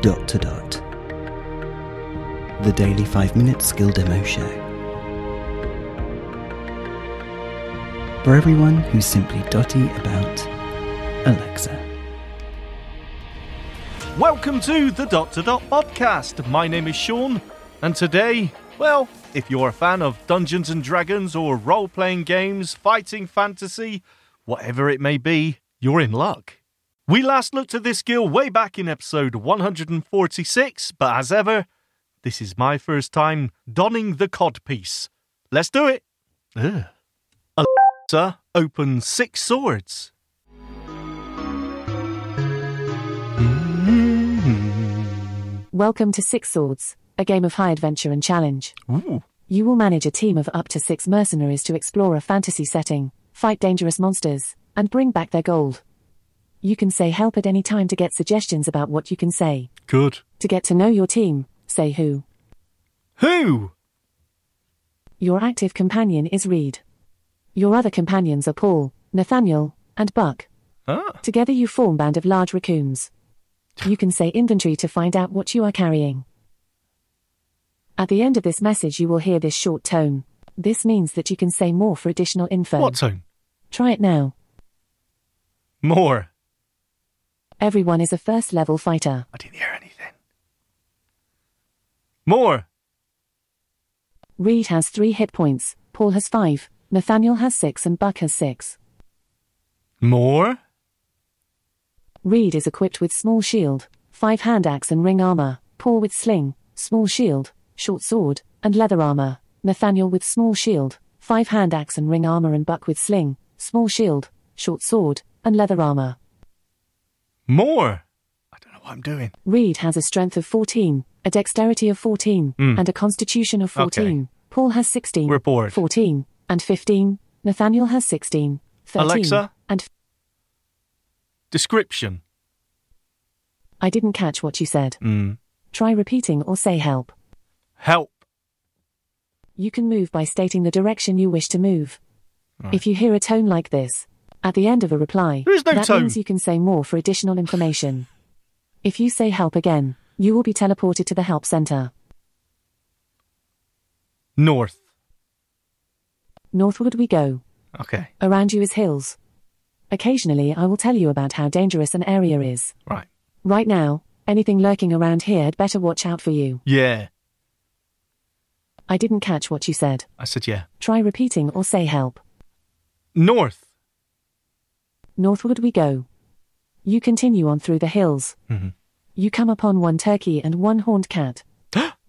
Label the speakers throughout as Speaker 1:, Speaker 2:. Speaker 1: dot to dot. The Daily 5 Minute Skill Demo Show. For everyone who's simply dotty about Alexa.
Speaker 2: Welcome to the Dot to Dot podcast. My name is Sean, and today, well, if you're a fan of Dungeons and Dragons or role playing games, fighting fantasy, whatever it may be, you're in luck. We last looked at this skill way back in episode 146, but as ever, this is my first time donning the codpiece. Let's do it! Ugh. Alexa, open six swords.
Speaker 3: Welcome to Six Swords, a game of high adventure and challenge.
Speaker 2: Ooh.
Speaker 3: You will manage a team of up to six mercenaries to explore a fantasy setting, fight dangerous monsters, and bring back their gold. You can say help at any time to get suggestions about what you can say.
Speaker 2: Good.
Speaker 3: To get to know your team, say who.
Speaker 2: Who?
Speaker 3: Your active companion is Reed. Your other companions are Paul, Nathaniel, and Buck.
Speaker 2: Ah.
Speaker 3: Together you form band of large raccoons. You can say inventory to find out what you are carrying. At the end of this message you will hear this short tone. This means that you can say more for additional info.
Speaker 2: What tone?
Speaker 3: Try it now.
Speaker 2: More.
Speaker 3: Everyone is a first level fighter.
Speaker 2: I didn't hear anything. More.
Speaker 3: Reed has 3 hit points, Paul has 5, Nathaniel has 6 and Buck has 6.
Speaker 2: More.
Speaker 3: Reed is equipped with small shield, 5 hand axe and ring armor, Paul with sling, small shield, short sword, and leather armor, Nathaniel with small shield, 5 hand axe and ring armor, and Buck with sling, small shield, short sword, and leather armor.
Speaker 2: More. I don't know what I'm doing.
Speaker 3: Reed has a strength of 14, a dexterity of 14,
Speaker 2: Mm.
Speaker 3: and a constitution of 14.
Speaker 2: Okay.
Speaker 3: Paul has 16,
Speaker 2: We're bored.
Speaker 3: 14, and 15. Nathaniel has 16, 13,
Speaker 2: Alexa?
Speaker 3: and f-
Speaker 2: Description.
Speaker 3: I didn't catch what you said.
Speaker 2: Mm.
Speaker 3: Try repeating or say help.
Speaker 2: Help.
Speaker 3: You can move by stating the direction you wish to move.
Speaker 2: Right.
Speaker 3: If you hear a tone like this, at the end of a reply,
Speaker 2: There is no
Speaker 3: that
Speaker 2: tone.
Speaker 3: means you can say more for additional information. if you say help again, you will be teleported to the help center.
Speaker 2: North.
Speaker 3: Northward we go.
Speaker 2: Okay.
Speaker 3: Around you is hills. Occasionally I will tell you about how dangerous an area is.
Speaker 2: Right.
Speaker 3: Right now, anything lurking around here had better watch out for you.
Speaker 2: Yeah.
Speaker 3: I didn't catch what you said.
Speaker 2: I said yeah.
Speaker 3: Try repeating or say help.
Speaker 2: North.
Speaker 3: Northward we go. You continue on through the hills.
Speaker 2: Mhm.
Speaker 3: You come upon one turkey and one horned cat.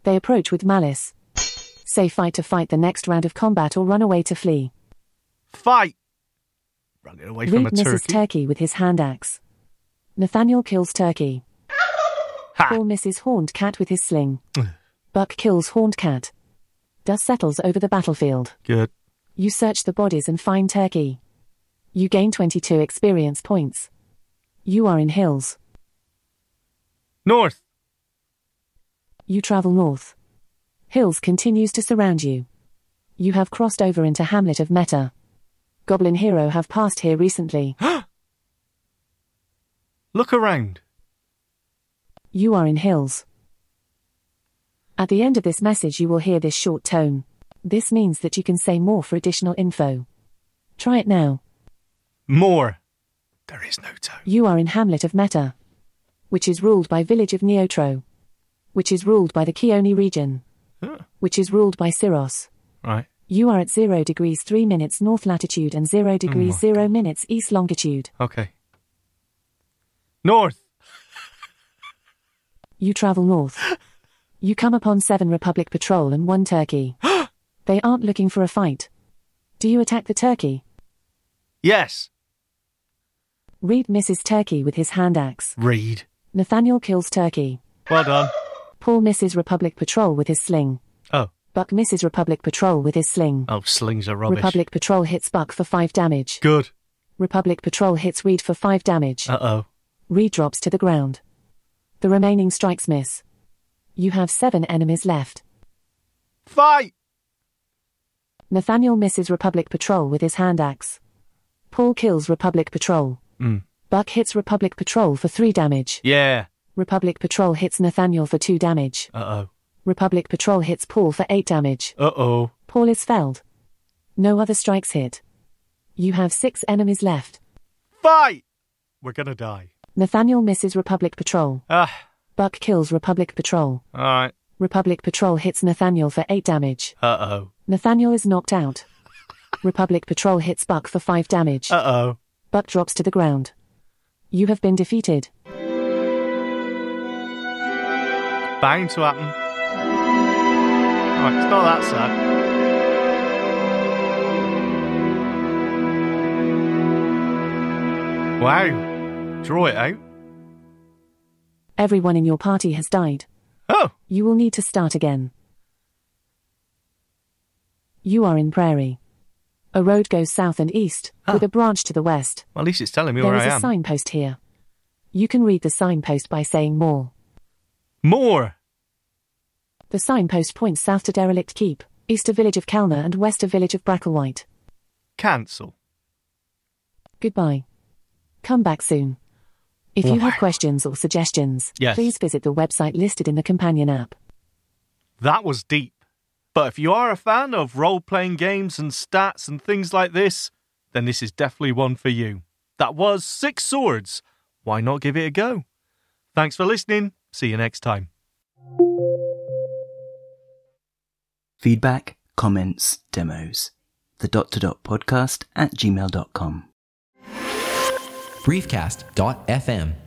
Speaker 3: they approach with malice. Say fight to fight the next round of combat or run away to flee.
Speaker 2: Fight. Running away from a
Speaker 3: Reed misses
Speaker 2: turkey.
Speaker 3: turkey. with his hand axe. Nathaniel kills turkey.
Speaker 2: ha.
Speaker 3: Paul misses horned cat with his sling. Buck kills horned cat. Dust settles over the battlefield.
Speaker 2: Good.
Speaker 3: You search the bodies and find turkey. You gain 22 experience points. You are in hills.
Speaker 2: North.
Speaker 3: You travel north. Hills continues to surround you. You have crossed over into Hamlet of Meta. Goblin Hero have passed here recently.
Speaker 2: Look around.
Speaker 3: You are in hills. At the end of this message, you will hear this short tone. This means that you can say more for additional info. Try it now.
Speaker 2: More. There is no tone.
Speaker 3: You are in Hamlet of Meta, which is ruled by village of Neotro, which is ruled by the Keone region,
Speaker 2: Huh.
Speaker 3: which is ruled by Syros.
Speaker 2: Right.
Speaker 3: You are at 0 degrees 3 minutes north latitude and 0 degrees
Speaker 2: Oh my
Speaker 3: 0 minutes east longitude.
Speaker 2: Okay. North.
Speaker 3: You travel north. you come upon 7 Republic patrol and 1 turkey. they aren't looking for a fight. Do you attack the turkey?
Speaker 2: Yes.
Speaker 3: Reed misses turkey with his hand axe.
Speaker 2: Read.
Speaker 3: Nathaniel kills turkey.
Speaker 2: Well done.
Speaker 3: Paul misses Republic patrol with his sling.
Speaker 2: Oh.
Speaker 3: Buck misses Republic patrol with his sling.
Speaker 2: Oh, slings are rubbish.
Speaker 3: Republic patrol hits Buck for 5 damage.
Speaker 2: Good.
Speaker 3: Republic patrol hits Reed for 5 damage.
Speaker 2: Uh oh.
Speaker 3: Reed drops to the ground. The remaining strikes miss. You have seven enemies left.
Speaker 2: Fight!
Speaker 3: Nathaniel misses Republic Patrol with his hand axe. Paul kills Republic Patrol.
Speaker 2: Mm.
Speaker 3: Buck hits Republic Patrol for three damage.
Speaker 2: Yeah.
Speaker 3: Republic Patrol hits Nathaniel for 2 damage.
Speaker 2: Uh
Speaker 3: Republic Patrol hits Paul for 8 damage.
Speaker 2: oh. Uh oh.
Speaker 3: Paul is felled. No other strikes hit. You have 6 enemies left.
Speaker 2: Fight! We're gonna die.
Speaker 3: Nathaniel misses Republic Patrol.
Speaker 2: Ah,
Speaker 3: Buck kills Republic Patrol.
Speaker 2: alright.
Speaker 3: Republic Patrol hits Nathaniel for 8 damage.
Speaker 2: Uh oh.
Speaker 3: Nathaniel is knocked out. Republic Patrol hits Buck for 5 damage.
Speaker 2: Uh oh.
Speaker 3: Buck drops to the ground. You have been defeated.
Speaker 2: Bound to happen. Alright, it's not that sad. Wow. Draw it out.
Speaker 3: Everyone in your party has died.
Speaker 2: Oh!
Speaker 3: You will need to start again. You are in Prairie. A road goes south and east,
Speaker 2: Ah.
Speaker 3: with a branch to the west.
Speaker 2: Well, at least it's telling me
Speaker 3: There
Speaker 2: where
Speaker 3: is
Speaker 2: I
Speaker 3: a
Speaker 2: am.
Speaker 3: signpost here. You can read the signpost by saying more.
Speaker 2: More!
Speaker 3: The signpost points south to Derelict Keep, east of village of Kalner and west of village of Bracklewhite.
Speaker 2: Cancel.
Speaker 3: Goodbye. Come back soon. If you have
Speaker 2: Wow.
Speaker 3: questions or suggestions,
Speaker 2: Yes.
Speaker 3: please visit the website listed in the companion app.
Speaker 2: That was deep. But if you are a fan of role playing games and stats and things like this, then this is definitely one for you. That was Six Swords. Why not give it a go? Thanks for listening. See you next time.
Speaker 1: Feedback, comments, demos. The dot to dot podcast at gmail.com.
Speaker 4: briefcast.fm